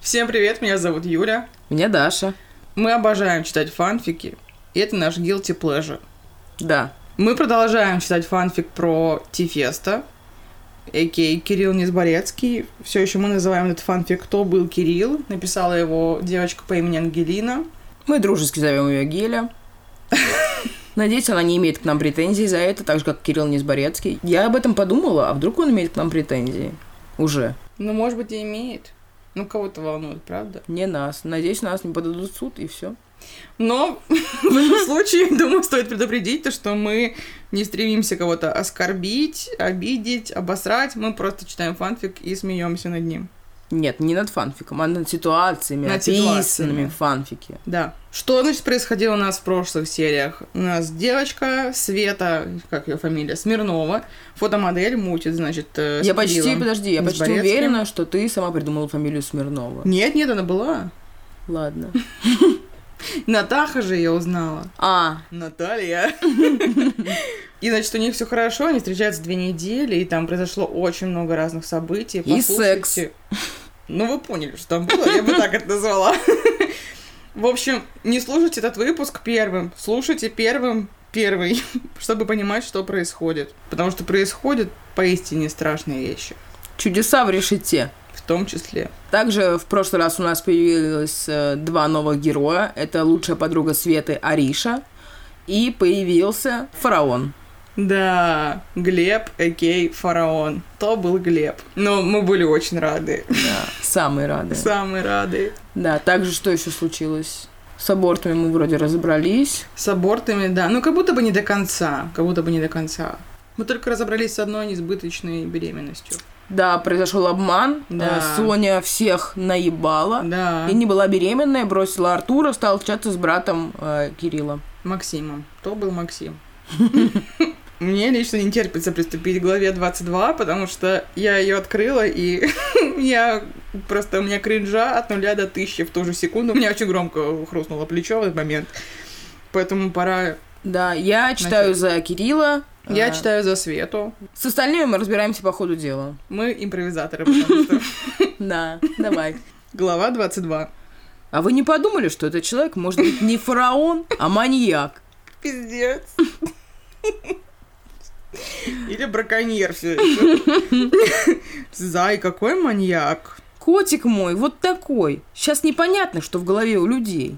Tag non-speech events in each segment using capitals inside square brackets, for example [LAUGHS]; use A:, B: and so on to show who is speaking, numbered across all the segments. A: Всем привет, меня зовут Юля.
B: Меня Даша.
A: Мы обожаем читать фанфики, и это наш guilty pleasure.
B: Да.
A: Мы продолжаем читать фанфик про Тифеста, а.к.а. Кирилл Низборецкий. Все еще мы называем этот фанфик «Кто был Кирилл?». Написала его девочка по имени Ангелина.
B: Мы дружески зовем ее Геля. Надеюсь, она не имеет к нам претензий за это, так же, как Кирилл Низборецкий. Я об этом подумала, а вдруг он имеет к нам претензии? Уже.
A: Ну, может быть, и имеет. Ну, кого-то волнует, правда?
B: Не нас. Надеюсь, нас не подадут в суд, и все.
A: Но [LAUGHS] в любом случае, думаю, стоит предупредить то, что мы не стремимся кого-то оскорбить, обидеть, обосрать. Мы просто читаем фанфик и смеемся над ним.
B: Нет, не над фанфиком, а над ситуациями,
A: Над
B: описанными
A: ситуациями.
B: в фанфике.
A: Да. Что, значит, происходило у нас в прошлых сериях? У нас девочка Света, как ее фамилия, Смирнова, фотомодель, мутит, значит, э, с
B: я почти,
A: Кириллом.
B: подожди, я
A: с
B: почти
A: Борецким.
B: уверена, что ты сама придумала фамилию Смирнова.
A: Нет, нет, она была.
B: Ладно.
A: Натаха же ее узнала.
B: А,
A: Наталья. [LAUGHS] И, значит, у них все хорошо, они встречаются две недели, и там произошло очень много разных событий.
B: И
A: Послушайте.
B: секс.
A: Ну, вы поняли, что там было, я бы так это назвала. В общем, не слушайте этот выпуск первым, слушайте первым первый, [LAUGHS] чтобы понимать, что происходит. Потому что происходят поистине страшные вещи,
B: чудеса в решете.
A: в том числе.
B: Также в прошлый раз у нас появилось э, два новых героя. Это лучшая подруга Светы Ариша и появился фараон.
A: Да, Глеб, Экей, Фараон. То был Глеб. Но мы были очень рады.
B: Да, самые рады.
A: Самые рады.
B: Да, также что еще случилось? С абортами мы вроде разобрались.
A: С абортами, да. Ну, как будто бы не до конца. Как будто бы не до конца. Мы только разобрались с одной несбыточной беременностью.
B: Да, произошел обман.
A: Да.
B: Э, Соня всех наебала.
A: Да.
B: А? И не была беременная, бросила Артура, стала встречаться с братом э, Кирилла.
A: Максимом. То был Максим. [LAUGHS] Мне лично не терпится приступить к главе 22, потому что я ее открыла, и [LAUGHS] я просто у меня кринжа от нуля до тысячи в ту же секунду. У меня очень громко хрустнуло плечо в этот момент. Поэтому пора...
B: Да, я читаю за Кирилла.
A: Я
B: Э,
A: читаю за Свету.
B: С остальными мы разбираемся по ходу дела.
A: Мы импровизаторы, потому
B: [LAUGHS]
A: что...
B: Да, давай.
A: Глава 22.
B: А вы не подумали, что этот человек может быть не фараон, а маньяк?
A: Пиздец. Или браконьер все Зай, какой маньяк.
B: Котик мой, вот такой. Сейчас непонятно, что в голове у людей.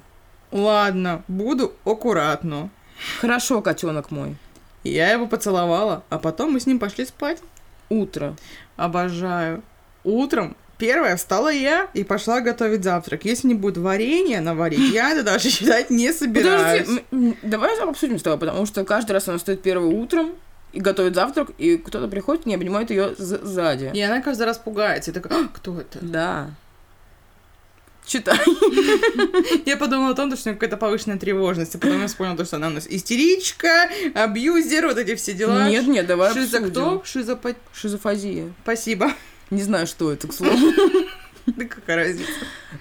A: Ладно, буду аккуратно.
B: Хорошо, котенок мой.
A: Я его поцеловала, а потом мы с ним пошли спать.
B: Утро.
A: Обожаю. Утром первая встала я и пошла готовить завтрак. Если не будет варенья наварить, я это даже [LAUGHS] считать не собираюсь.
B: Подожди, м- м, давай обсудим с тобой, потому что каждый раз она стоит первое утром и готовит завтрак, и кто-то приходит и не обнимает ее з- сзади.
A: И она каждый раз пугается. Я такая, «А, кто это?
B: Да. Читай.
A: Я подумала о том, что у нее какая-то повышенная тревожность, а потом я вспомнила, то, что она у нас истеричка, абьюзер, вот эти все дела.
B: Нет, нет, давай
A: Шиза
B: обсудим.
A: кто? Шизопат...
B: Шизофазия.
A: Спасибо. [LAUGHS]
B: Не знаю, что это, к слову. [LAUGHS]
A: Да какая разница.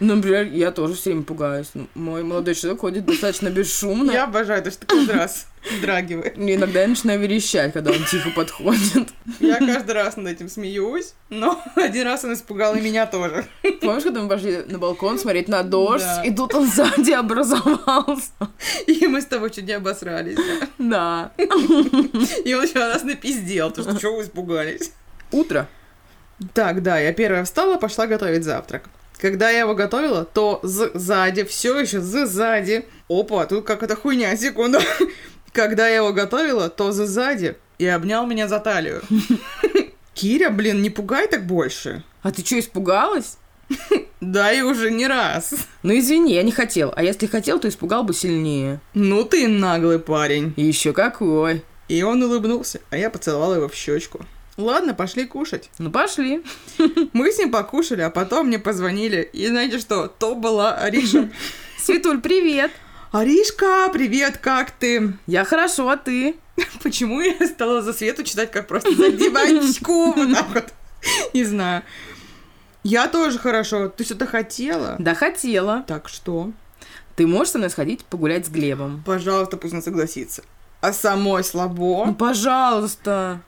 B: Ну, Например, я тоже все время пугаюсь. Ну, Мой молодой человек ходит достаточно бесшумно.
A: Я обожаю то, что ты каждый раз вздрагиваешь.
B: И Иногда я начинаю верещать, когда он тихо подходит.
A: Я каждый раз над этим смеюсь, но [LAUGHS] один раз он испугал и меня тоже.
B: Помнишь, когда мы пошли на балкон смотреть на дождь,
A: Да.
B: и тут он сзади образовался?
A: И мы с тобой чуть не обосрались.
B: Да.
A: И он еще нас напиздел, то что чего вы испугались.
B: Утро.
A: Так, да, я первая встала, пошла готовить завтрак. Когда я его готовила, то сзади, все еще сзади. Опа, тут как это хуйня, секунду. [LAUGHS] Когда я его готовила, то сзади и обнял меня за талию. [LAUGHS] Киря, блин, не пугай так больше.
B: А ты что, испугалась?
A: Да, и уже не раз.
B: Ну извини, я не хотел. А если хотел, то испугал бы сильнее.
A: Ну ты наглый парень.
B: И еще какой.
A: И он улыбнулся, а я поцеловала его в щечку. Ладно, пошли кушать. [LAUGHS]
B: Ну пошли.
A: Мы с ним покушали, а потом мне позвонили. И знаете что? То была Ариша.
B: Светуль, привет.
A: Аришка, привет, как ты?
B: Я хорошо, а ты?
A: Почему я стала за Свету читать, как просто за девочку? Вот так вот. Не знаю. Я тоже хорошо. Ты что-то хотела?
B: Да хотела.
A: Так что?
B: Ты можешь со мной сходить погулять с Глебом?
A: Пожалуйста, пусть она согласится. А самой
B: Ну,
A: слабо?
B: пожалуйста.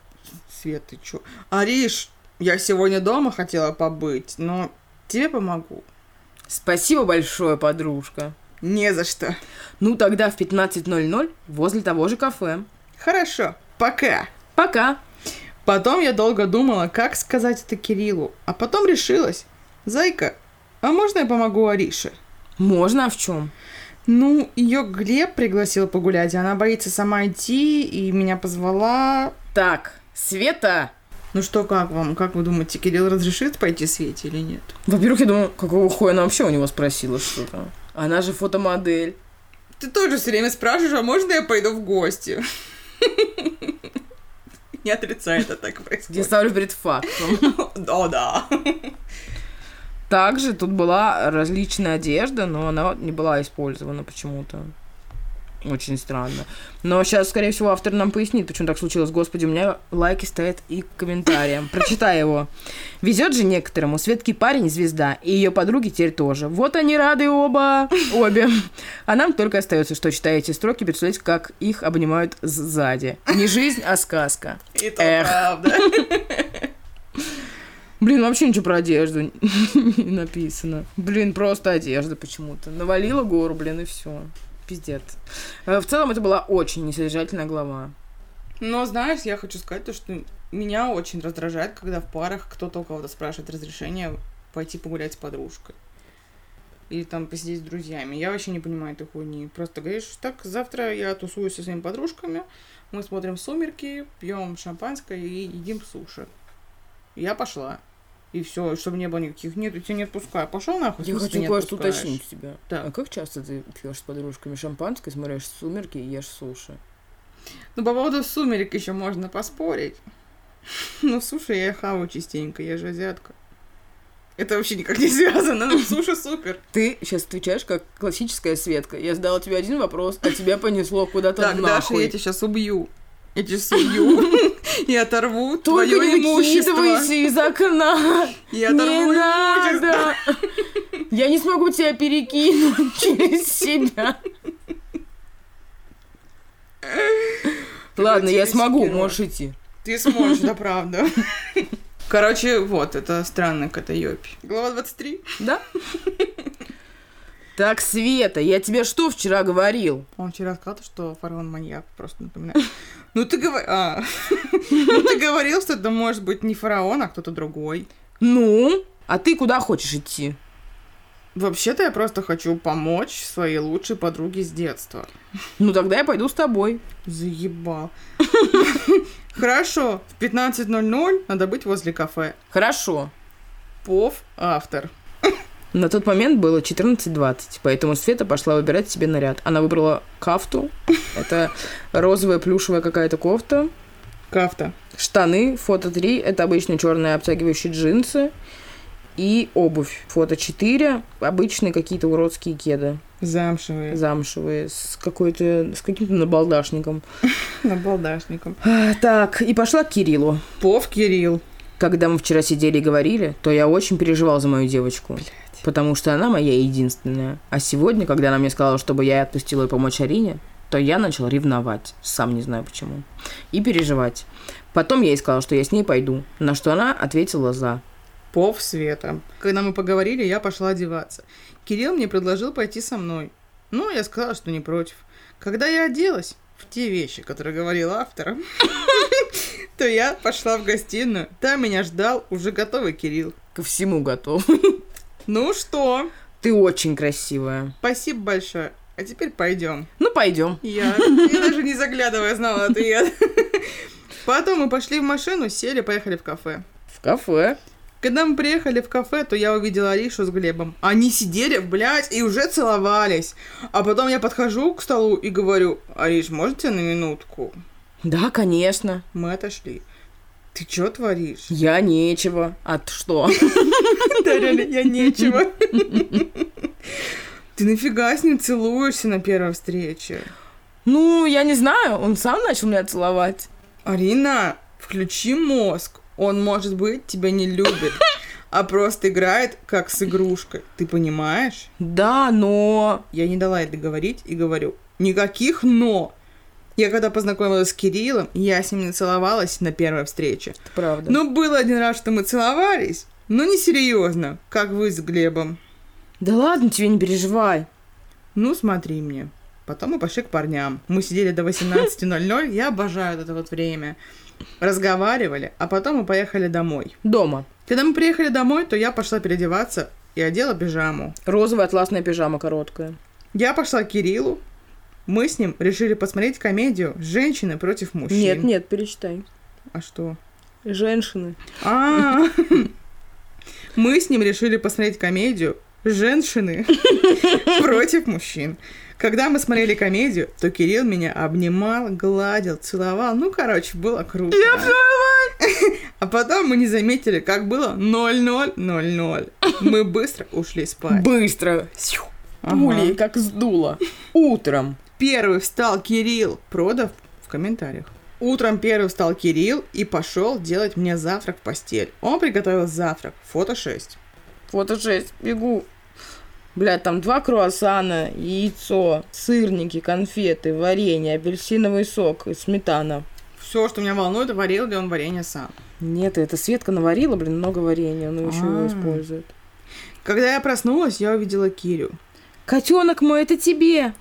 A: Свет, ты чё? Ариш, я сегодня дома хотела побыть, но тебе помогу.
B: Спасибо большое, подружка.
A: Не за что.
B: Ну тогда в 15.00 возле того же кафе.
A: Хорошо, пока.
B: Пока.
A: Потом я долго думала, как сказать это Кириллу, а потом решилась. Зайка, а можно я помогу Арише?
B: Можно, а в чем?
A: Ну, ее Глеб пригласил погулять, и она боится сама идти, и меня позвала.
B: Так, Света!
A: Ну что, как вам? Как вы думаете, Кирилл разрешит пойти Свете или нет?
B: Во-первых, я думаю, какого хуя она вообще у него спросила что-то? Она же фотомодель.
A: Ты тоже все время спрашиваешь, а можно я пойду в гости? [LAUGHS] Не отрицай, это так
B: Я
A: происходит.
B: ставлю перед фактом.
A: О, да.
B: Также тут была различная одежда, но она не была использована почему-то. Очень странно. Но сейчас, скорее всего, автор нам пояснит, почему так случилось. Господи, у меня лайки стоят и к комментариям. Прочитай его. Везет же некоторому. Светкий парень – звезда, и ее подруги теперь тоже. Вот они рады оба. Обе. А нам только остается, что читая эти строки, представлять, как их обнимают сзади. Не жизнь, а сказка.
A: И то
B: Эх.
A: правда.
B: Блин, вообще ничего про одежду [LAUGHS] не написано. Блин, просто одежда почему-то. Навалила гору, блин, и все. Пиздец. Э, В целом, это была очень несодержательная глава.
A: Но, знаешь, я хочу сказать то, что меня очень раздражает, когда в парах кто-то у кого-то спрашивает разрешение пойти погулять с подружкой. Или там посидеть с друзьями. Я вообще не понимаю этой хуйни. Просто говоришь, так, завтра я тусуюсь со своими подружками, мы смотрим «Сумерки», пьем шампанское и едим суши. Я пошла. И все, чтобы не было никаких, нет, я тебя не отпускаю. Пошел нахуй. в
B: Я
A: смысле
B: хочу
A: не
B: кое-что
A: отпускаешь?
B: уточнить у тебя.
A: Так.
B: А как часто ты пьешь с подружками шампанское, смотришь «Сумерки» и ешь суши?
A: Ну, по поводу «Сумерек» еще можно поспорить. [LAUGHS] Ну, суши я хаваю частенько, я же азиатка. Это вообще никак не [LAUGHS] связано, но суши супер.
B: Ты сейчас отвечаешь как классическая Светка. Я задала тебе один вопрос, а тебя понесло куда-то
A: Так, Даша,
B: нахуй.
A: я тебя сейчас убью. Я тебя
B: [LAUGHS]
A: сейчас убью. И оторву
B: Только
A: твое
B: не
A: имущество.
B: выкидывайся из окна.
A: И оторву
B: не надо! [LAUGHS] Я не смогу тебя перекинуть [LAUGHS] через себя. Ладно, я
A: Превратились в
B: смогу,
A: героя.
B: можешь идти.
A: Ты сможешь, да правда.
B: [LAUGHS]
A: Короче, вот, это странно, Катайопи. Глава 23.
B: Да? Так, Света, я тебе что вчера говорил?
A: Он вчера сказал, то, что Фарон маньяк, просто напоминаю. Ну ты говорил... [LAUGHS] Ну ты говорил, что это может быть не фараон, а кто-то другой.
B: Ну, а ты куда хочешь идти?
A: Вообще-то я просто хочу помочь своей лучшей подруге с детства.
B: Ну, тогда я пойду с тобой.
A: Заебал. Хорошо, в 15.00 надо быть возле кафе.
B: Хорошо.
A: Пов автор.
B: На тот момент было 14.20, поэтому Света пошла выбирать себе наряд. Она выбрала кафту. [LAUGHS] Это розовая плюшевая какая-то кофта.
A: Кафта.
B: Штаны фото 3 это обычные черные обтягивающие джинсы. И обувь фото 4 обычные какие-то уродские кеды
A: Замшевые.
B: замшевые с какой-то с каким-то набалдашником.
A: Набалдашником.
B: А, Так, и пошла к Кириллу.
A: Пов Кирилл.
B: Когда мы вчера сидели и говорили, то я очень переживал за мою девочку. Потому что она моя единственная. А сегодня, когда она мне сказала, чтобы я отпустила ее помочь Арине, то я начал ревновать. Сам не знаю почему. И переживать. Потом я ей сказала, что я с ней пойду. На что она ответила «за».
A: Пов Света. Когда мы поговорили, я пошла одеваться. Кирилл мне предложил пойти со мной. Ну, я сказала, что не против. Когда я оделась в те вещи, которые говорил автор, [LAUGHS] то я пошла в гостиную. Там меня ждал уже готовый Кирилл.
B: Ко всему готов. [LAUGHS]
A: Ну что,
B: Ты очень красивая.
A: спасибо большое. А теперь пойдем.
B: Ну, пойдем.
A: Я, я даже не заглядывая знала ответ. Потом мы пошли в машину, сели, поехали в кафе.
B: В кафе.
A: Когда мы приехали в кафе, то я увидела Аришу с Глебом. Они сидели, блядь, и уже целовались. А потом я подхожу к столу и говорю, Ариш, можете на минутку?
B: Да, конечно.
A: Мы отошли. Ты чё творишь?
B: Я нечего. А ты
A: [LAUGHS]
B: что? [LAUGHS]
A: Да, реально, я нечего. [LAUGHS] Ты нафига с ним целуешься на первой встрече?
B: Ну, я не знаю. Он сам начал меня целовать.
A: Арина, включи мозг. Он, может быть, тебя не любит, а просто играет как с игрушкой. Ты понимаешь?
B: Да, но...
A: Я не дала ей договорить и говорю, никаких «но». Я когда познакомилась с Кириллом, я с ним не целовалась на первой встрече.
B: Это правда.
A: Но было один раз, что мы целовались, но не серьезно, как вы с Глебом.
B: Да ладно тебе, не переживай.
A: Ну, смотри мне. Потом мы пошли к парням. Мы сидели до 18.00, я обожаю это вот время. Разговаривали, а потом мы поехали домой.
B: Дома.
A: Когда мы приехали домой, то я пошла переодеваться и одела пижаму.
B: Розовая атласная пижама короткая.
A: Я пошла к Кириллу. Мы с ним решили посмотреть комедию «Женщины против мужчин».
B: Нет, нет, перечитай.
A: А что?
B: Женщины.
A: А, мы с ним решили посмотреть комедию «Женщины против мужчин». Когда мы смотрели комедию, то Кирилл меня обнимал, гладил, целовал. Ну, короче, было круто. А потом мы не заметили, как было 0-0-0-0. Мы быстро ушли спать.
B: Быстро. Сью.
A: Ага.
B: Пулей как сдуло. Утром.
A: Первый встал Кирилл, продав в комментариях. Утром первый встал Кирилл и пошел делать мне завтрак в постель. Он приготовил завтрак. Фото 6.
B: Фото 6. Бегу. Блядь, там два круассана, яйцо, сырники, конфеты, варенье, апельсиновый сок и сметана.
A: Все, что меня волнует, варил ли он варенье сам.
B: Нет, это Светка наварила, блин, много варенья, но еще его
A: А.
B: использует.
A: Когда я проснулась, я увидела Кирю.
B: Котенок мой, это тебе!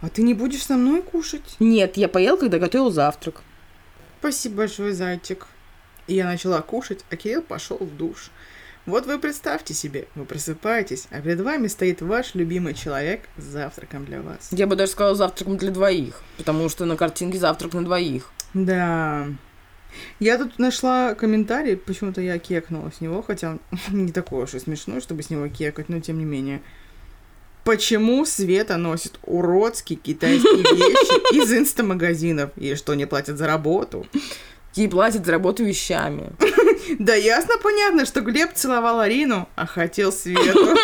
A: А ты не будешь со мной кушать?
B: Нет, я поел, когда готовил завтрак.
A: Спасибо большое, зайчик. И я начала кушать, а Кирилл пошел в душ. Вот вы представьте себе, вы просыпаетесь, а перед вами стоит ваш любимый человек с завтраком для вас.
B: Я бы даже сказала завтраком для двоих, потому что на картинке завтрак на двоих.
A: Да. Я тут нашла комментарий, почему-то я кекнула с него, хотя [LAUGHS] он не такой уж и смешной, чтобы с него кекать, но тем не менее. Почему Света носит уродские китайские вещи из инстамагазинов? Ей что, не платят за работу?
B: Ей платят за работу вещами.
A: Да ясно, понятно, что Глеб целовал Арину, а хотел Свету.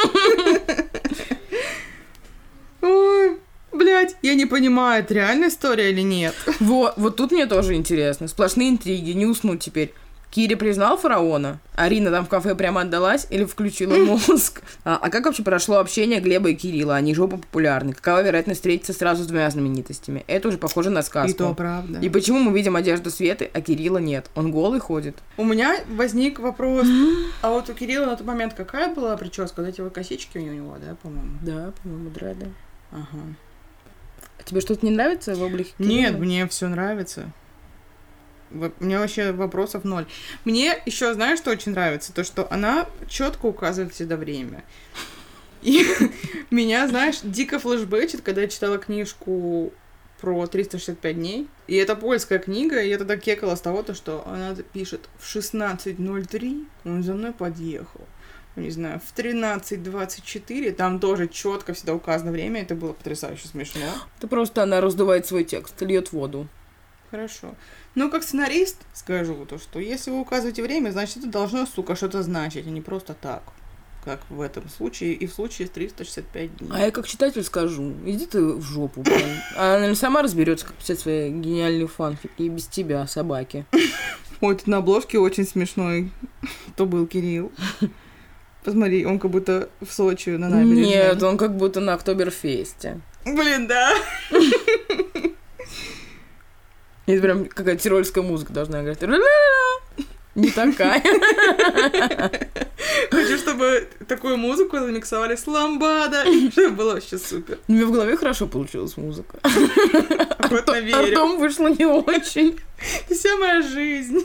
A: Ой, блядь, я не понимаю, это реальная история или нет?
B: Вот, вот тут мне тоже интересно. Сплошные интриги, не уснуть теперь. Кири признал фараона? Арина там в кафе прямо отдалась или включила
A: Хм.
B: мозг? А, а как вообще прошло общение Глеба и Кирилла? Они же оба популярны. Какова вероятность встретиться сразу с двумя знаменитостями? Это уже похоже на сказку.
A: И то правда.
B: И почему мы видим одежду Светы, а Кирилла нет? Он голый ходит.
A: У меня возник вопрос. А вот у Кирилла на тот момент какая была прическа? Вот эти вот косички у него, да, по-моему?
B: Да, по-моему, дреды.
A: Ага.
B: А Тебе что-то не нравится в облике Кирилла?
A: Нет, мне все нравится. Во- Мне вообще вопросов ноль. Мне еще, знаешь, что очень нравится? То, что она четко указывает всегда время. И [LAUGHS] меня, знаешь, дико флешбэчит, когда я читала книжку про 365 дней. И это польская книга, и я тогда кекала с того, то, что она пишет в 16.03 он за мной подъехал. Ну, Не знаю, в 13.24 там тоже четко всегда указано время, это было потрясающе смешно.
B: Это просто она раздувает свой текст, льет воду.
A: Хорошо. Но как сценарист скажу то, что если вы указываете время, значит это должно, сука, что-то значить, а не просто так. Как в этом случае и в случае с 365
B: А
A: дней.
B: я как читатель скажу, иди ты в жопу. блин. А Она сама разберется, как писать свои гениальные фанфики и без тебя, собаки.
A: Ой, тут на обложке очень смешной. [LAUGHS] То был Кирилл. Посмотри, он как будто в Сочи на набережной.
B: Нет, он как будто на Октоберфесте.
A: Блин, да.
B: Это прям какая-то тирольская музыка должна играть. Ля-ля-ля. Не такая. [LAUGHS]
A: Хочу, чтобы такую музыку замиксовали с [LAUGHS] ламбада. и чтобы было вообще супер.
B: У меня в голове хорошо получилась музыка.
A: Охотно верю.
B: Артом вышло не очень.
A: Ты вся моя жизнь.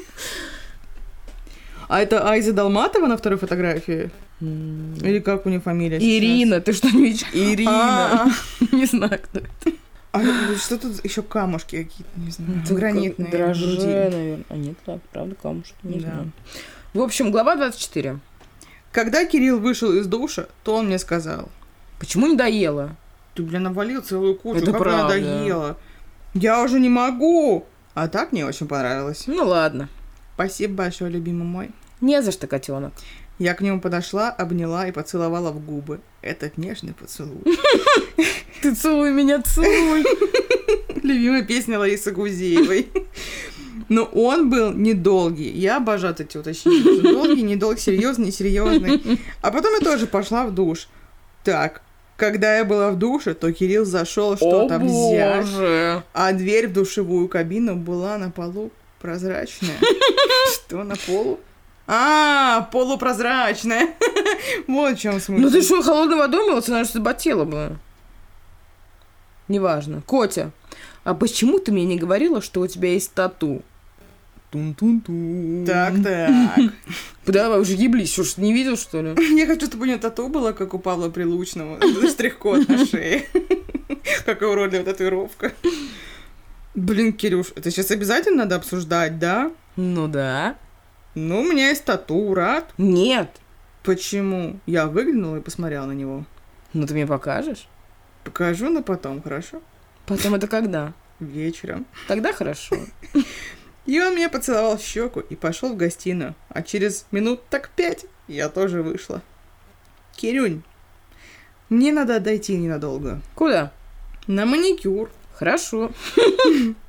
A: А это Айза Долматова на второй фотографии? Или как у нее фамилия? сейчас?
B: Ирина, ты что, не ч- Ирина.
A: А,
B: [LAUGHS] Не знаю, кто это.
A: а, ну, что тут еще камушки какие-то, не знаю. гранитные.
B: Дрожжи,
A: груди.
B: наверное. А нет, так, правда, камушек. Не
A: Да.
B: знаю. В общем, глава 24.
A: Когда Кирилл вышел из душа, то он мне сказал,
B: Почему не доела?
A: ты, бля, навалил целую кучу,
B: Это
A: как мне
B: правда.
A: надоело. Я уже не могу. А так мне очень понравилось.
B: Ну ладно.
A: Спасибо большое, любимый мой.
B: Не за что, котенок.
A: Я к нему подошла, обняла и поцеловала в губы. Этот нежный поцелуй.
B: Ты целуй меня, [LAUGHS] целуй.
A: Любимая песня Ларисы Гузеевой. Но он был недолгий. Я обожаю эти уточнения. Долгий, недолгий, серьезный, несерьезный. А потом я тоже пошла в душ. Так, когда я была в душе, то Кирилл зашел что-то
B: О,
A: взять,
B: боже.
A: а дверь в душевую кабину была на полу прозрачная. Что на полу? А, полупрозрачная. [LAUGHS] Вот в чем смысл.
B: Ну ты что, холодной водой мылся, наверное, заботела бы. Неважно. Котя, а почему ты мне не говорила, что у тебя есть тату? Тун-тун-тун.
A: Так, так.
B: Давай уже еблись, уж не видел, что ли?
A: Я хочу, чтобы у нее тату было, как у Павла Прилучного. [LAUGHS] Штрих-код на шее. [LAUGHS] Какая уродливая татуировка. Блин, Кирюш, это сейчас обязательно надо обсуждать, да?
B: Ну да.
A: Ну, у меня есть тату, рад.
B: Нет.
A: Почему? Я выглянула и посмотрела на него.
B: Ну ты мне покажешь?
A: Покажу, но потом, хорошо?
B: Потом это когда?
A: Вечером.
B: Тогда хорошо.
A: И он меня поцеловал в щеку и пошел в гостиную. А через минут так пять я тоже вышла. Кирюнь, мне надо отойти ненадолго.
B: Куда?
A: На маникюр.
B: Хорошо.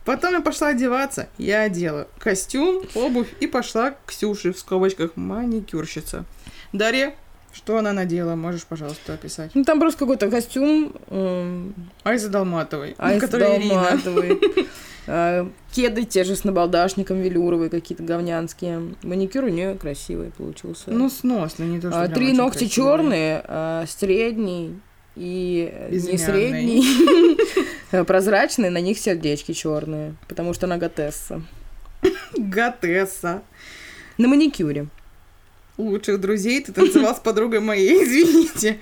A: Потом я пошла одеваться. Я одела костюм, обувь и пошла к Ксюше в скобочках маникюрщица. Дарья, что она надела? Можешь, пожалуйста, описать.
B: Ну там просто какой-то костюм, эм,
A: Айза Долматовой. ну,
B: айс
A: которая Ирина.
B: долматовый,
A: [LAUGHS]
B: э, кеды те же с набалдашником велюровые какие-то говнянские. Маникюр у нее красивый получился.
A: Ну, сносно, не то, что
B: А,
A: прям
B: три
A: очень
B: ногти
A: красиво.
B: черные, а, средний и э, не
A: Безымянный.
B: средний,
A: [LAUGHS]
B: а прозрачный, на них сердечки черные, потому что она готесса.
A: Готесса.
B: На маникюре.
A: лучших друзей, ты танцевал с подругой моей, [LAUGHS] извините.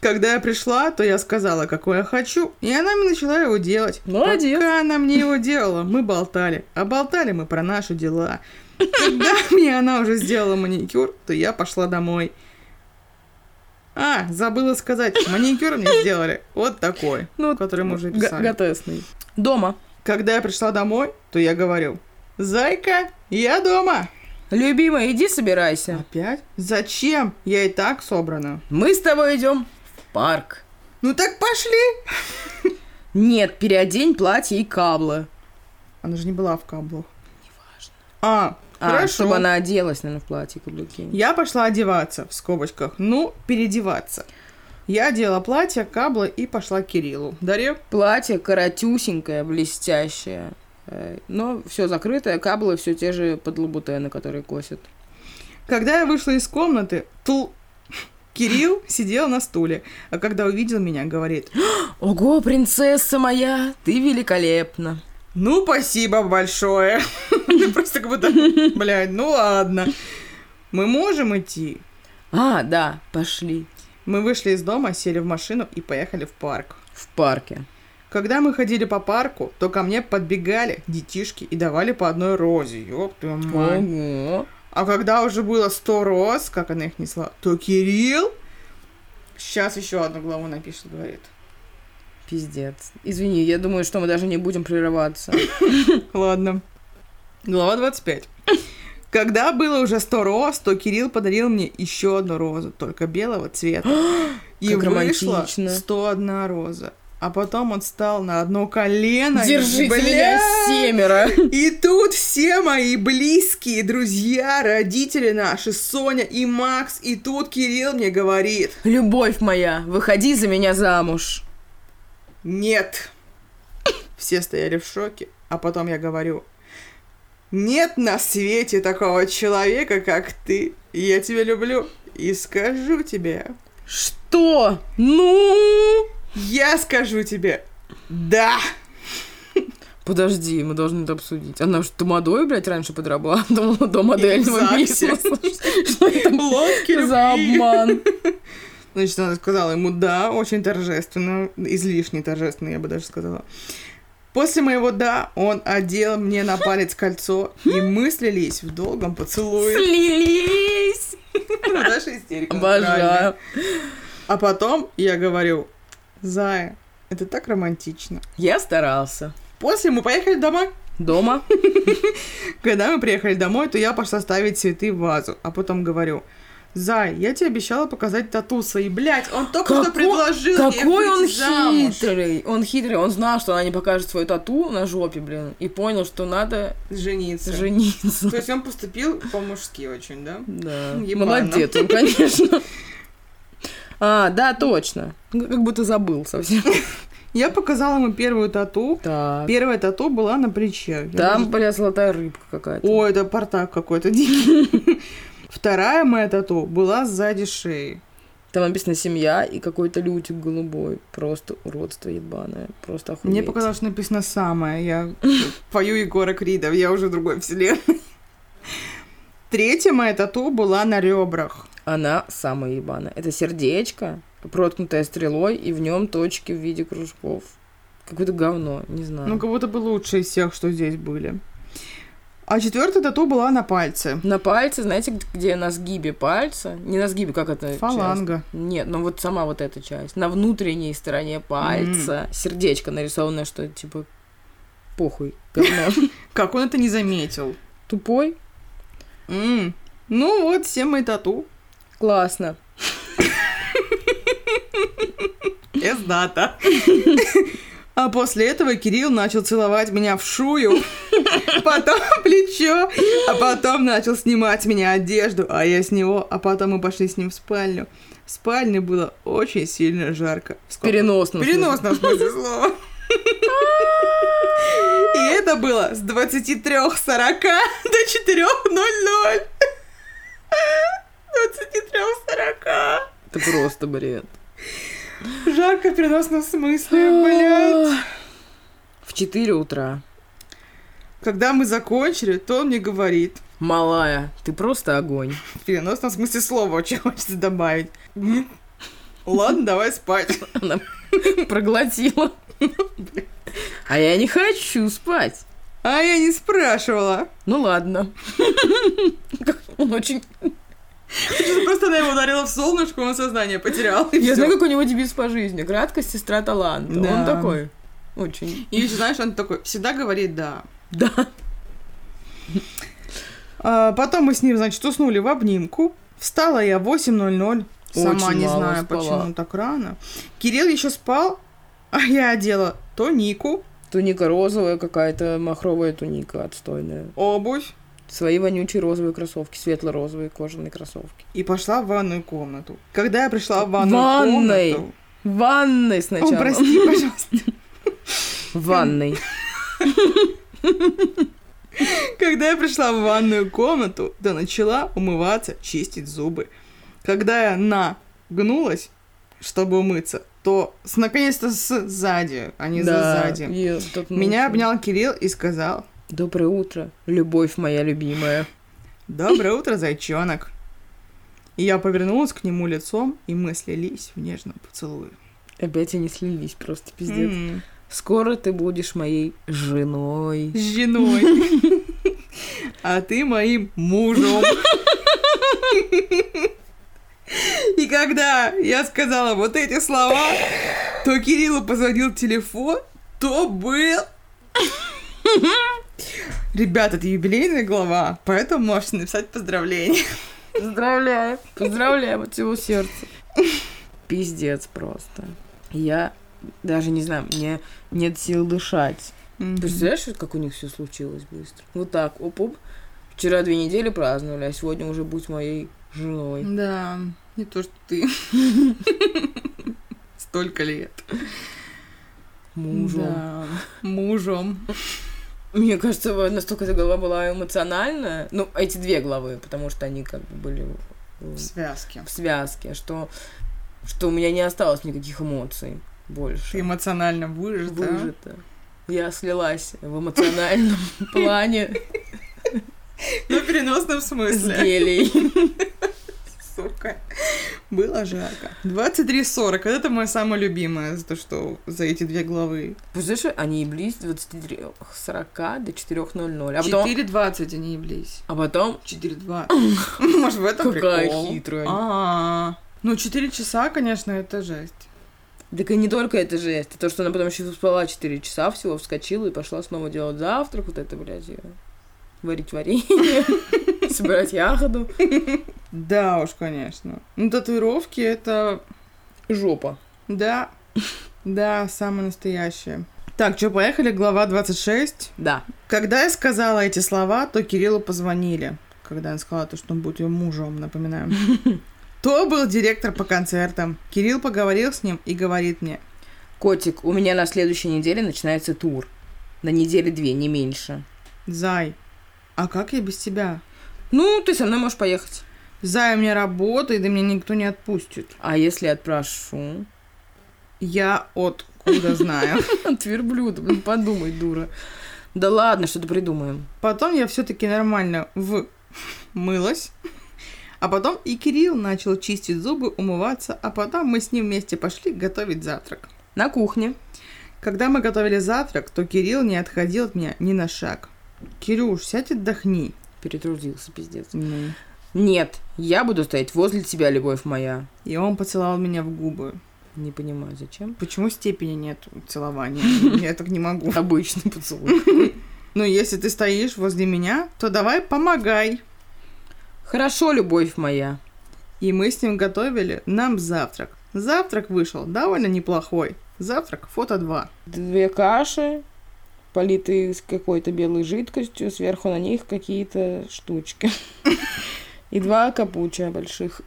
A: Когда я пришла, то я сказала, какой я хочу, и она мне начала его делать.
B: Молодец.
A: Пока она мне его делала, мы болтали. А болтали мы про наши дела. Когда [LAUGHS] мне она уже сделала маникюр, то я пошла домой. А, забыла сказать, маникюр мне сделали вот такой,
B: Ну,
A: который мы уже
B: г-
A: писали.
B: готесный. Дома.
A: Когда я пришла домой, то я говорю, «Зайка, я дома!»
B: Любимая, иди собирайся.
A: Опять? Зачем? Я и так собрана.
B: Мы с тобой идем в парк.
A: Ну так пошли!
B: Нет, переодень платье и каблы.
A: Она же не была в каблах. А,
B: А,
A: хорошо.
B: чтобы она оделась, наверное, в платье и каблуки.
A: Я пошла одеваться, в скобочках. Ну, переодеваться. Я одела платье, каблы и пошла к Кириллу. Дарья?
B: Платье коротюсенькое, блестящее. Э, Но все закрытое, каблы все те же подлабутены, которые косят.
A: Когда я вышла из комнаты, тл... Кирилл сидел на стуле, а когда увидел меня, говорит,
B: Ого, принцесса моя, ты великолепна.
A: ну, спасибо большое. [LAUGHS] Просто как будто, блядь, ну ладно. Мы можем идти.
B: А, да, пошли
A: Мы вышли из дома, сели в машину и поехали в парк.
B: в парке.
A: Когда мы ходили по парку, то ко мне подбегали детишки и давали по одной розе. Ёб твою мать.
B: Ого.
A: А когда уже было 100 роз, как она их несла, то Кирилл... Сейчас еще одну главу напишет, говорит.
B: Пиздец. Извини, я думаю, что мы даже не будем прерываться.
A: Ладно. Глава 25. Когда было уже 100 роз, то Кирилл подарил мне еще одну розу, только белого
B: [GASPS]
A: цвета. И
B: Как
A: вышла
B: романтично.
A: 101 роза. А потом он встал на одно колено. и,
B: Держите меня
A: бля,
B: семеро.
A: И тут все мои близкие друзья, родители наши, Соня и Макс, и тут Кирилл мне говорит,
B: Любовь моя, выходи за меня замуж.
A: нет. Все стояли в шоке, а потом я говорю, нет на свете такого человека, как ты. Я тебя люблю и скажу тебе,
B: Что? Ну?
A: я скажу тебе, да.
B: Подожди, мы должны это обсудить. Она что, тамадой, блядь, раньше подрабатывала [LAUGHS] Думала, до модельного
A: И в ЗАГСе.
B: бизнеса. [LAUGHS] Что это
A: Лодки
B: за
A: любви.
B: обман?
A: Значит, она сказала ему «да», очень торжественно, излишне торжественно, я бы даже сказала. После моего «да» он одел мне на палец кольцо, и мы слились в долгом поцелуе.
B: Слились!
A: [LAUGHS] Ну, Даша истерика натуральная.
B: Обожаю.
A: А потом я говорю «Зая, это так романтично».
B: Я старался.
A: После мы поехали домой.
B: Дома? [LAUGHS]
A: Когда мы приехали домой, то я пошла ставить цветы в вазу, а потом говорю «Зай, я тебе обещала показать татуса, и, блядь, он только что
B: Какой-
A: предложил мне
B: Какой он
A: выйти замуж».
B: хитрый! Он хитрый, он знал, что она не покажет свою тату на жопе, блин, и понял, что надо
A: Жениться.
B: жениться.
A: То есть он поступил по-мужски очень, да?
B: Да.
A: Ебано.
B: Молодец он, конечно. [LAUGHS] А, да, точно. Ну, Как будто забыл совсем.
A: Я показала ему первую тату.
B: Так.
A: Первая тату была на плече. Я
B: Там,
A: даже-
B: бля, золотая рыбка какая-то.
A: О, это портак какой-то дикий. [LAUGHS] Вторая моя тату была сзади шеи.
B: Там написано «семья» и какой-то лютик голубой. Просто уродство ебаное. Просто охуеть.
A: Мне показалось, что написано самое. Я [LAUGHS] пою Егора Крида, я уже в другой вселенной. [LAUGHS] Третья моя тату была на ребрах.
B: Она самая ебаная. Это сердечко, проткнутое стрелой, и в нем точки в виде кружков. Какое-то говно, не знаю.
A: Ну, как будто бы лучшие из всех, что здесь были. А четвертая тату была на пальце.
B: На пальце, знаете, где на сгибе пальца? Не на сгибе, как это?
A: Фаланга.
B: часть? Нет, ну вот сама вот эта часть. На внутренней стороне пальца. Сердечко нарисованное, что типа похуй. говно.
A: [LAUGHS] Как он это не заметил?
B: Тупой?
A: М. Ну вот, все мои тату.
B: Классно.
A: Пиздата. [LAUGHS] А после этого Кирилл начал целовать меня в шую, [LAUGHS] потом в плечо, а потом начал снимать с меня одежду, а я с него, а потом мы пошли с ним в спальню. В спальне было очень сильно жарко. В
B: В
A: скоб-
B: переносном
A: В переносном смысле слова. И это было с 23.40 [LAUGHS] до [LAUGHS] 4.00. 23.40.
B: смысле. Это просто бред.
A: Жарко в переносном смысле,
B: [GASPS]
A: блядь.
B: В 4 утра.
A: Когда мы закончили, то он мне говорит,
B: Малая, ты просто огонь. [LAUGHS]
A: в переносном смысле слова очень [LAUGHS] хочется добавить. «М, Ладно, давай спать.
B: Она проглотила. А я не хочу спать.
A: А я не спрашивала.
B: Ну ладно. Как Он очень...
A: Просто она его ударила в солнышко, он сознание потерял. И,
B: Я
A: всё.
B: знаю, как у него девиз по жизни. Краткость, сестра, талант. Он
A: Да.
B: такой. Очень.
A: и ещё, знаешь, он такой, всегда говорит «да».
B: Да.
A: А потом мы с ним, значит, уснули в обнимку. Встала я в 8.00. Сама
B: Очень
A: не
B: мало
A: знаю,
B: спала.
A: почему так рано. Кирилл еще спал, а я одела тунику,
B: Туника розовая какая-то, махровая туника отстойная.
A: обувь
B: Свои вонючие розовые кроссовки, светло-розовые кожаные кроссовки.
A: и пошла в ванную комнату. Когда я пришла в ванную
B: Ванной.
A: комнату...
B: В ванной
A: О,
B: сначала. [LAUGHS]
A: прости, пожалуйста. [LAUGHS]
B: В ванной.
A: Когда я пришла в ванную комнату, да начала умываться, чистить зубы. Когда я нагнулась, чтобы умыться, то с- наконец-то с- сзади, а не
B: Да, ну,
A: сзади.
B: я так
A: Меня
B: мучила.
A: обнял Кирилл и сказал,
B: Доброе утро, любовь моя любимая.
A: «Доброе утро, зайчонок!» И я повернулась к нему лицом, и мы слились в нежном поцелуе.
B: Опять они слились, просто пиздец.
A: М,
B: Скоро ты будешь моей женой.
A: С женой. А ты моим мужем. И когда я сказала вот эти слова, то Кириллу позвонил телефон, то был... Ребята, это юбилейная глава, поэтому можете написать поздравления.
B: Поздравляю. Поздравляю от всего сердца. Пиздец просто. Я даже не знаю, мне нет сил дышать. Представляешь, как у них все случилось быстро? Вот так, оп-оп. Вчера две недели праздновали, а сегодня уже будь моей женой.
A: Да, не то, что ты. Столько лет.
B: Мужем.
A: Да, Мужем.
B: Мне кажется, вот настолько эта глава была эмоциональная. Ну, эти две главы, потому что они как бы были э,
A: В связке.
B: в связке, что, что у меня не осталось никаких эмоций
A: Ты
B: больше.
A: эмоционально выжата.
B: Выжато. Я слилась в эмоциональном плане
A: Ну, в переносном
B: с
A: смысле.
B: гелей.
A: Сука. Было жарко. 23.40. Вот Это мое самое любимое, за то, что за эти две главы.
B: Представляешь, они еблись с 23.40 до 4.00. А потом,
A: 4.20 они еблись.
B: а потом
A: 4.20. [LAUGHS] Может, в этом
B: какая
A: прикол?
B: хитрая.
A: А, ну 4 часа, конечно, это жесть.
B: Так и не только это жесть, а то, что она потом еще спала 4 часа всего, вскочила и пошла снова делать завтрак, вот это, блядь, её. варить варенье, [LAUGHS] собирать ягоду.
A: Да уж, конечно. Ну, татуировки это...
B: Жопа.
A: Да, [LAUGHS] да, самое настоящее. Так, что, поехали, глава 26.
B: Да.
A: Когда я сказала эти слова, то Кириллу позвонили. Когда он сказала то, что он будет ее мужем, напоминаю. То был директор по концертам. Кирилл поговорил с ним и говорит мне.
B: Котик, у меня на следующей неделе начинается тур. На неделе две, не меньше.
A: Зай, а как я без тебя?
B: Ну, ты со мной можешь поехать.
A: Зая, мне работа, и да меня никто не отпустит.
B: А если я отпрошу? [LAUGHS]
A: Я откуда знаю.
B: От верблюда, блин, подумай, дура. Да ладно, что-то придумаем.
A: Потом я все-таки нормально вмылась. А потом и Кирилл начал чистить зубы, умываться, а потом мы с ним вместе пошли готовить завтрак.
B: На кухне.
A: Когда мы готовили завтрак, то Кирилл не отходил от меня ни на шаг. «Кирюш, сядь отдохни».
B: Перетрудился, пиздец.
A: Ну.
B: Нет, я буду стоять возле тебя, любовь моя.
A: И он поцеловал меня в губы.
B: Не понимаю, зачем.
A: Почему степени нет у целования? Я так не могу.
B: [LAUGHS] Обычный поцелуй.
A: Ну, если ты стоишь возле меня, то давай помогай.
B: Хорошо, любовь моя.
A: И мы с ним готовили нам завтрак. Завтрак вышел довольно неплохой. Завтрак фото 2.
B: Две каши, политые с какой-то белой жидкостью, сверху на них какие-то штучки. [LAUGHS] И два капуча больших.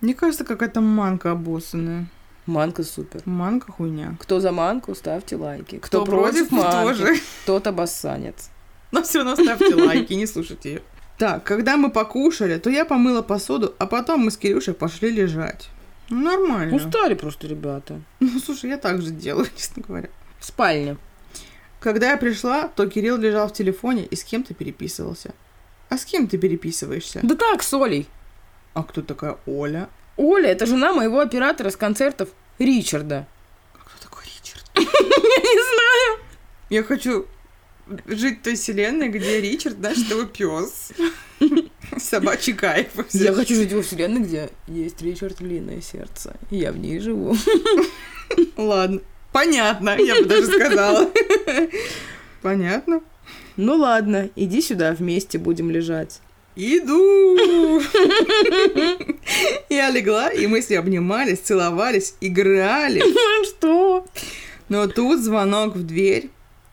A: Мне кажется, какая-то манка обоссанная.
B: Манка супер.
A: Манка хуйня.
B: Кто за манку, ставьте лайки. Кто, против, манки,
A: тоже.
B: тот обоссанец.
A: Но все равно [LAUGHS] ставьте лайки, не слушайте ее. Так, когда мы покушали, то я помыла посуду, а потом мы с Кирюшей пошли лежать. Ну, Нормально.
B: Устали просто ребята.
A: Ну, слушай, я так же делаю, [LAUGHS] честно говоря.
B: В спальне.
A: Когда я пришла, то Кирилл лежал в телефоне и с кем-то переписывался. А с кем ты переписываешься?
B: Да так, с Олей.
A: А кто такая Оля?
B: Оля, это жена моего оператора с концертов Ричарда.
A: А кто такой Ричард? [LAUGHS]
B: Я не знаю.
A: Я хочу жить в той вселенной, где Ричард, знаешь, твой [LAUGHS] пес. Собачий кайф.
B: Я хочу жить во вселенной, где есть Ричард Львиное сердце. И Я в ней живу.
A: Ладно. Понятно, я бы даже сказала. Понятно.
B: Ну ладно, иди сюда, вместе будем лежать.
A: Иду! Я легла, и мы с ней обнимались, целовались, играли.
B: Ну Что?
A: Но тут звонок в дверь.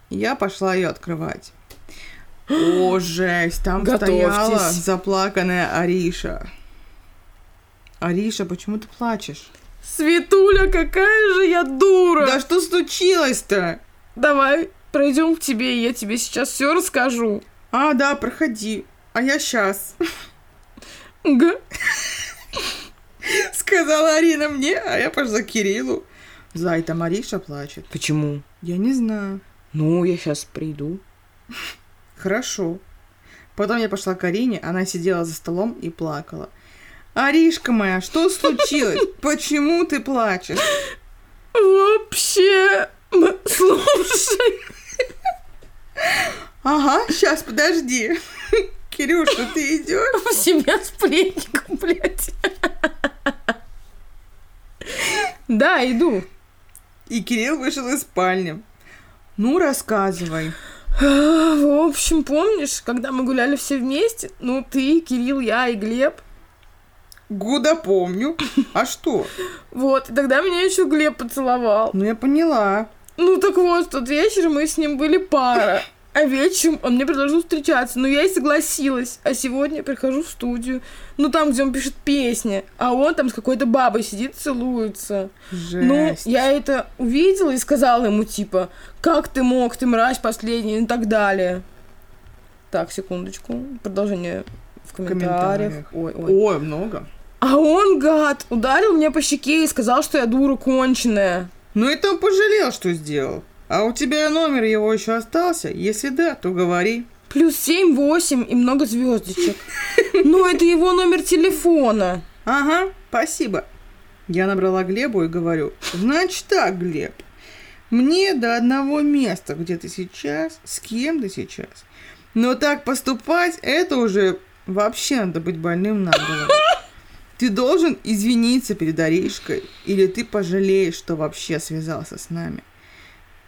A: Я пошла ее открывать. О, жесть! Там
B: Готовьтесь.
A: стояла заплаканная Ариша. Ариша, почему ты плачешь?
B: Светуля, какая же я дура!
A: Да что случилось-то?
B: Давай, пройдем к тебе, и я тебе сейчас все расскажу.
A: А, да, проходи. А я сейчас.
B: Г.
A: Сказала Арина мне, а я пошла к Кириллу. Зай, там Ариша плачет.
B: Почему?
A: Я не знаю.
B: Ну, я сейчас приду.
A: Хорошо. Потом я пошла к Арине, она сидела за столом и плакала. Аришка моя, что [LAUGHS] случилось? Почему ты плачешь?
B: Вообще, м, слушай,
A: Ага, сейчас, подожди. [LAUGHS] Кирюша, ты идешь?
B: у себя сплетник, блядь. Да, иду.
A: И Кирилл вышел из спальни. Ну, рассказывай.
B: А, В общем, помнишь, когда мы гуляли все вместе? Ну, ты, Кирилл, я и Глеб.
A: Гуда помню. А что?
B: Вот, и тогда меня еще Глеб поцеловал.
A: Ну, я поняла.
B: Ну, так вот, в тот вечер мы с ним были пара. А вечером он мне предложил встречаться, но я и согласилась. А сегодня я прихожу в студию, ну там, где он пишет песни, а он там с какой-то бабой сидит, целуется.
A: Жесть.
B: Ну, я это увидела и сказала ему, типа, как ты мог, ты мразь последний и так далее. Так, секундочку. Продолжение в
A: комментариях.
B: комментариях. Ой, ой.
A: Ой, много.
B: А он, гад, ударил меня по щеке и сказал, что я дура конченая.
A: Ну и там пожалел, что сделал. А у тебя номер его еще остался? Если да, то говори.
B: Плюс семь, восемь и много звездочек. Ну, это его номер телефона.
A: Ага, спасибо. Я набрала Глебу и говорю, значит так, Глеб, мне до одного места, где ты сейчас, с кем ты сейчас. Но так поступать, это уже вообще надо быть больным на голову. Ты должен извиниться перед Аришкой, или ты пожалеешь, что вообще связался с нами.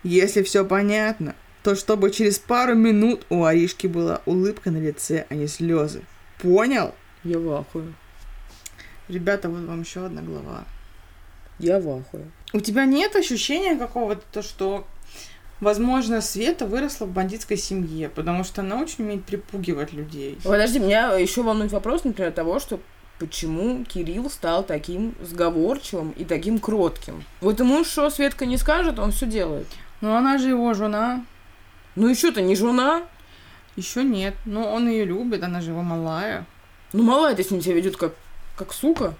A: Если все понятно, то чтобы через пару минут у Аришки была улыбка на лице, а не слезы. Понял?
B: Я в ахуе.
A: Ребята, вот вам еще одна глава.
B: Я в ахуе.
A: У тебя нет ощущения какого-то, то, что, возможно, Света выросла в бандитской семье, потому что она очень умеет припугивать людей.
B: Подожди, меня еще волнует вопрос, например, того, что почему Кирилл стал таким сговорчивым и таким кротким. Вот ему что Светка не скажет, он все делает.
A: Но Ну, она же его жена.
B: Ну еще то не жена.
A: Еще нет. Но он ее Ну, любит, она же его малая.
B: Ну мало это с ним себя ведет как Как сука?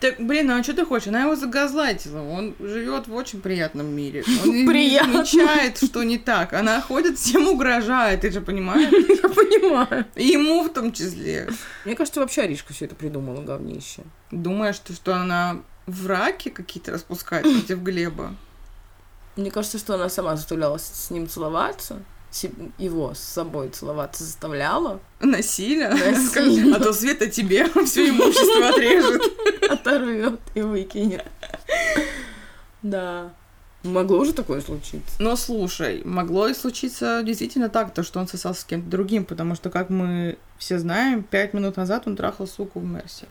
A: Так, блин, а что ты хочешь? Она его загазлатила. Он живет в очень приятном мире. Он и
B: Приятно.
A: не замечает, что не так. Она ходит, всем угрожает, ты же понимаешь?
B: [LAUGHS] Я понимаю.
A: И ему в том числе.
B: Мне кажется, вообще Аришка все это придумала, говнище.
A: Думаешь, ты, что она враки какие-то распускает против Глеба?
B: Мне кажется, что она сама заставляла с с ним целоваться, се- его с собой целоваться заставляла,
A: Насилие?
B: Насилие.
A: А то Света тебе [LAUGHS] все имущество отрежет.
B: оторвет и выкинет. Да. Могло же такое случиться.
A: Но слушай, могло и случиться действительно так, то, что он сосался с кем-то другим, потому что, как мы все знаем, пять минут назад он трахал суку в Мерсе.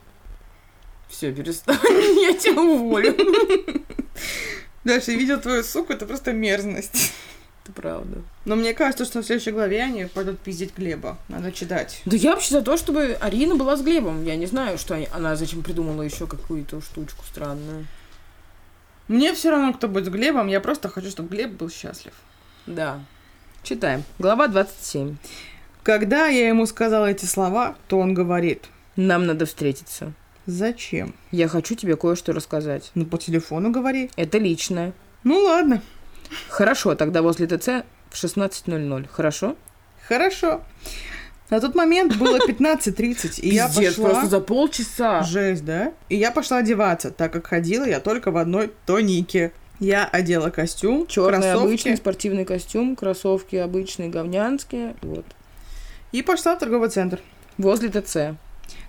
B: Все, перестань, [LAUGHS] я тебя уволю.
A: Дальше я видел твою суку, это просто мерзность.
B: Это правда.
A: Но мне кажется, что в следующей главе они пойдут пиздить Глеба. Надо читать.
B: Да я вообще за то, чтобы Арина была с Глебом. Я не знаю, что они- она зачем придумала еще какую-то штучку странную.
A: Мне все равно, кто будет с Глебом, я просто хочу, чтобы Глеб был счастлив.
B: Да. Читаем. Глава 27.
A: Когда я ему сказала эти слова, то он говорит,
B: Нам надо встретиться.
A: зачем?
B: Я хочу тебе кое-что рассказать.
A: Ну, по телефону говори.
B: Это личное.
A: Ну, ладно.
B: Хорошо, тогда возле ТЦ в 16.00. Хорошо?
A: Хорошо. На тот момент
B: [LAUGHS]
A: было 15.30, и я
B: Пиздец,
A: пошла...
B: просто за А. полчаса.
A: Жесть, да? И я пошла одеваться, так как ходила я только в одной тонике. Я одела костюм,
B: Черный
A: кроссовки
B: обычный спортивный костюм, кроссовки обычные говнянские. Вот.
A: и пошла в торговый центр.
B: Возле ТЦ.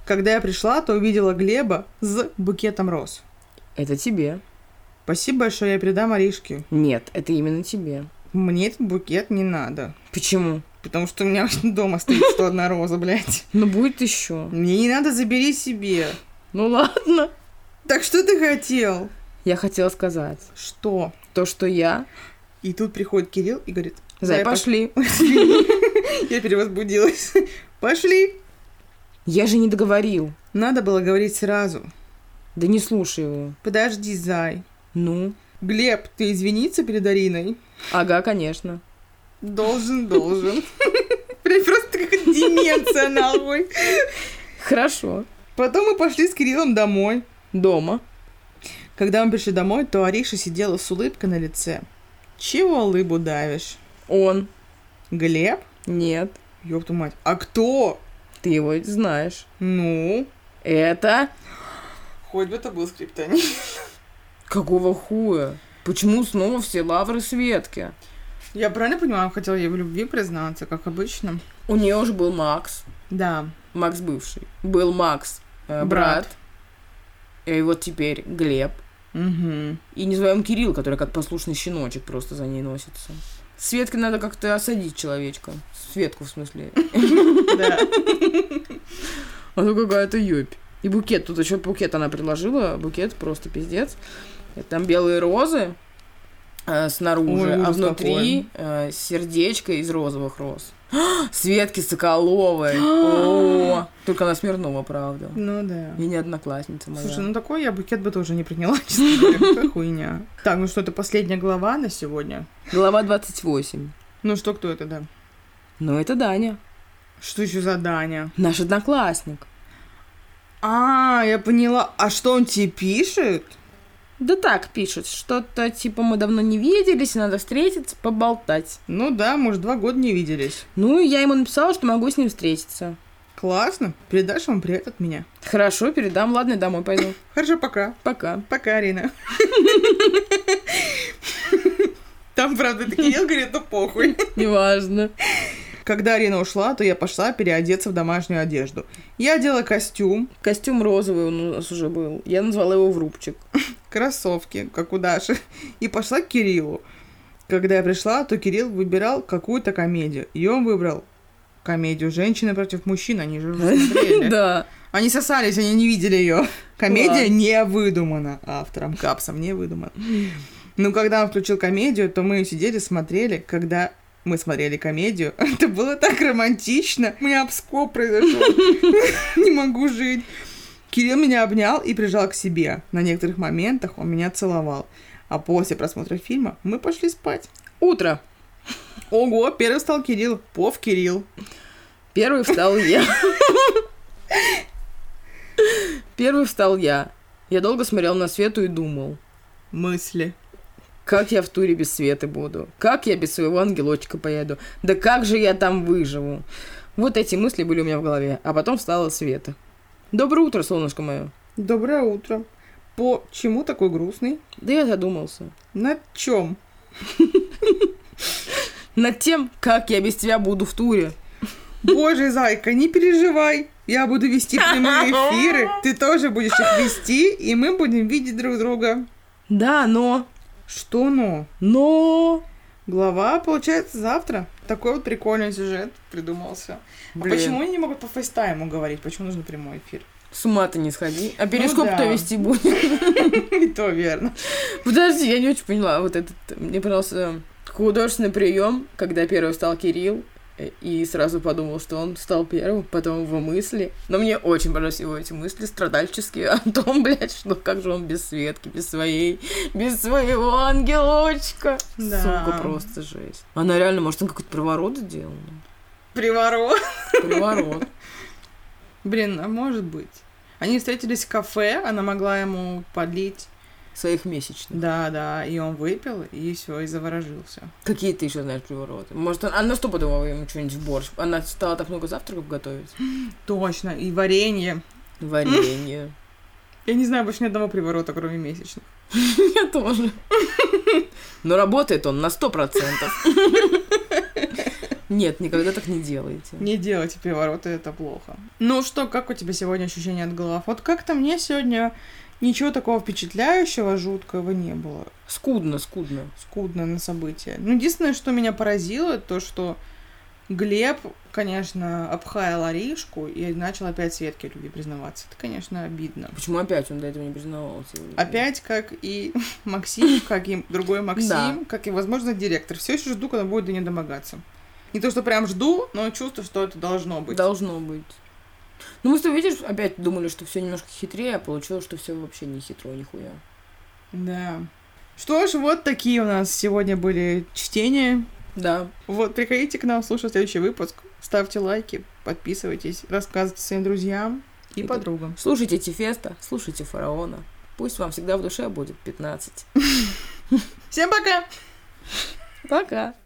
A: Когда я пришла, то увидела Глеба с букетом роз.
B: Это тебе.
A: Спасибо большое, я передам Аришке.
B: Нет, это именно тебе.
A: Мне этот букет не надо.
B: Почему?
A: Потому что у меня [LAUGHS] дома стоит 101 роза, блядь.
B: Ну будет еще.
A: Мне не надо, забери себе.
B: Ну ладно.
A: Так что ты хотел?
B: Я хотела сказать,
A: Что?
B: то, что я...
A: И тут приходит Кирилл и говорит,
B: Зай,
A: Зай,
B: пошли.
A: я перевозбудилась. [LAUGHS] Пошли.
B: Я же не договорил.
A: Надо было говорить сразу.
B: Да не слушай его.
A: Подожди, Зай.
B: Ну,
A: Глеб, ты извиниться перед Ариной?
B: ага, конечно.
A: Должен, должен. [LAUGHS] Блядь, просто как деменция нахуй.
B: Хорошо.
A: Потом мы пошли с Кириллом домой.
B: Дома.
A: Когда мы пришли домой, то Ариша сидела с улыбкой на лице. Чего улыбу давишь?
B: Он.
A: Глеб?
B: Нет.
A: Ёб твою мать. А кто?
B: Ты его знаешь.
A: Ну?
B: Это...
A: Хоть бы это был скриптонит.
B: Какого хуя? Почему снова все лавры Светки?
A: Я правильно понимаю, хотела ей в любви признаться, как обычно?
B: У нее же был Макс.
A: Да.
B: Макс бывший. Был Макс. э, брат.
A: Брат.
B: И вот теперь Глеб.
A: Угу.
B: И не назовем Кирилл, который как послушный щеночек просто за ней носится. Светке надо как-то осадить человечка. Светку,
A: [LAUGHS]
B: в смысле.
A: Да.
B: А то какая-то ёбь. И букет. Тут еще букет она предложила. Букет просто пиздец. Там белые розы э, снаружи,
A: Ой,
B: а
A: ужас
B: внутри э, сердечко из розовых роз. [GASPS]
A: [GASPS]
B: Светки Соколовой. О, только она Смирнова, правда.
A: Ну да.
B: И не одноклассница моя.
A: Слушай, ну такой я букет бы тоже не приняла, [LAUGHS] честно говоря. Какая хуйня. Так, ну что, это последняя глава на сегодня?
B: Глава 28.
A: Ну что, кто это, да?
B: Но это Даня.
A: Что еще за Даня?
B: Наш одноклассник.
A: А, я поняла. А что он тебе пишет?
B: Да так пишет, что-то типа мы давно не виделись, надо встретиться, поболтать.
A: Ну да, мы уже два года не виделись.
B: Ну, и я ему написала, что могу с ним встретиться.
A: Классно. Передашь ему привет от меня.
B: Хорошо, передам, ладно, и домой пойду.
A: Хорошо, пока.
B: Пока.
A: Пока, Арина. [LAUGHS] Там, правда, это Кирилл говорит, ну похуй.
B: Неважно.
A: Когда Арина ушла, то я пошла переодеться в домашнюю одежду. Я одела костюм,
B: Костюм розовый он у нас уже был. Я назвала его в рубчик.
A: кроссовки, как у Даши, [LAUGHS] и пошла к Кириллу. Когда я пришла, то Кирилл выбирал какую-то комедию. И он выбрал комедию «Женщины против мужчин». Они же уже смотрели.
B: Да.
A: Они сосались, они не видели ее. [LAUGHS] Комедия
B: Ладно.
A: не выдумана автором, капсом не выдумана. Ну, когда он включил комедию, то мы сидели, смотрели, когда мы смотрели комедию. [LAUGHS] Это было так романтично. У меня обскоп произошел. [LAUGHS] Не могу жить. Кирилл меня обнял и прижал к себе. На некоторых моментах он меня целовал. А после просмотра фильма мы пошли спать.
B: Утро.
A: Ого, первый стал Кирилл. Пов Кирилл.
B: Первый встал я. Первый встал я. Я долго смотрел на свету и думал,
A: Мысли.
B: как я в туре без света буду, как я без своего ангелочка поеду, да как же я там выживу. Вот эти мысли были у меня в голове, а потом встала Света. Доброе утро, солнышко мое.
A: Доброе утро. Почему такой грустный?
B: Да я задумался.
A: На чем?
B: Над тем, как я без тебя буду в туре.
A: Боже, зайка, не переживай. Я буду вести прямые эфиры, ты тоже будешь их вести, и мы будем видеть друг друга.
B: Да, но...
A: Что ну?
B: Но...
A: Глава, получается, завтра. Такой вот прикольный сюжет придумался.
B: Блин.
A: А почему они не могут по фейстайму говорить? Почему нужен прямой эфир? [LAUGHS]
B: С ума ты не сходи. А перископ
A: да.
B: кто вести будет?
A: И то верно.
B: Подожди, я не очень поняла. Вот этот... Мне понравился художественный прием, когда первый стал Кирилл, э, и сразу подумал, что он стал первым, потом его мысли. Но мне очень понравились его эти мысли страдальческие [LAUGHS] о том, блядь, что как же он без Светки, без своей, без своего ангелочка.
A: Да.
B: Сука, просто жесть. Она реально, может, он какой-то приворот сделал?
A: Приворот.
B: Приворот.
A: Блин, а может быть. Они встретились в кафе, она могла ему подлить.
B: Своих месячных.
A: Да, да, и он выпил, и все, и заворожился.
B: Какие ты еще знаешь привороты? Может, он- она что подумала ему что-нибудь в борщ? Она стала так много завтраков готовить?
A: Точно, и варенье.
B: Варенье.
A: Я не знаю больше ни одного приворота, кроме месячных.
B: Я тоже. Но работает он на сто процентов. Нет, никогда так не делайте.
A: Не делайте привороты, это плохо. Ну что, как у тебя сегодня ощущение от голов? Вот как-то мне сегодня ничего такого впечатляющего, жуткого не было.
B: Скудно, скудно.
A: Скудно на события. Ну, единственное, что меня поразило, то, что Глеб, конечно, обхаял Аришку и начал опять Светке в любви признаваться. Это, конечно, обидно.
B: Почему опять он до этого не признавался?
A: Опять, как и [LAUGHS] Максим, как и другой Максим,
B: Да.
A: как и, возможно, директор. Все еще жду, когда будет до нее домогаться. Не то, что прям жду, но чувствую, что это должно быть.
B: Должно быть. Ну, мы с тобой, видишь, опять думали, что все немножко хитрее, а получилось, что все вообще не хитро, нихуя.
A: Да. Что ж, вот такие у нас сегодня были чтения.
B: Да.
A: Вот, приходите к нам слушать следующий выпуск. Ставьте лайки, подписывайтесь, рассказывайте своим друзьям и
B: Это-
A: подругам.
B: Слушайте Тефеста, слушайте Фараона. Пусть вам всегда в душе будет 15.
A: Всем пока!
B: Пока.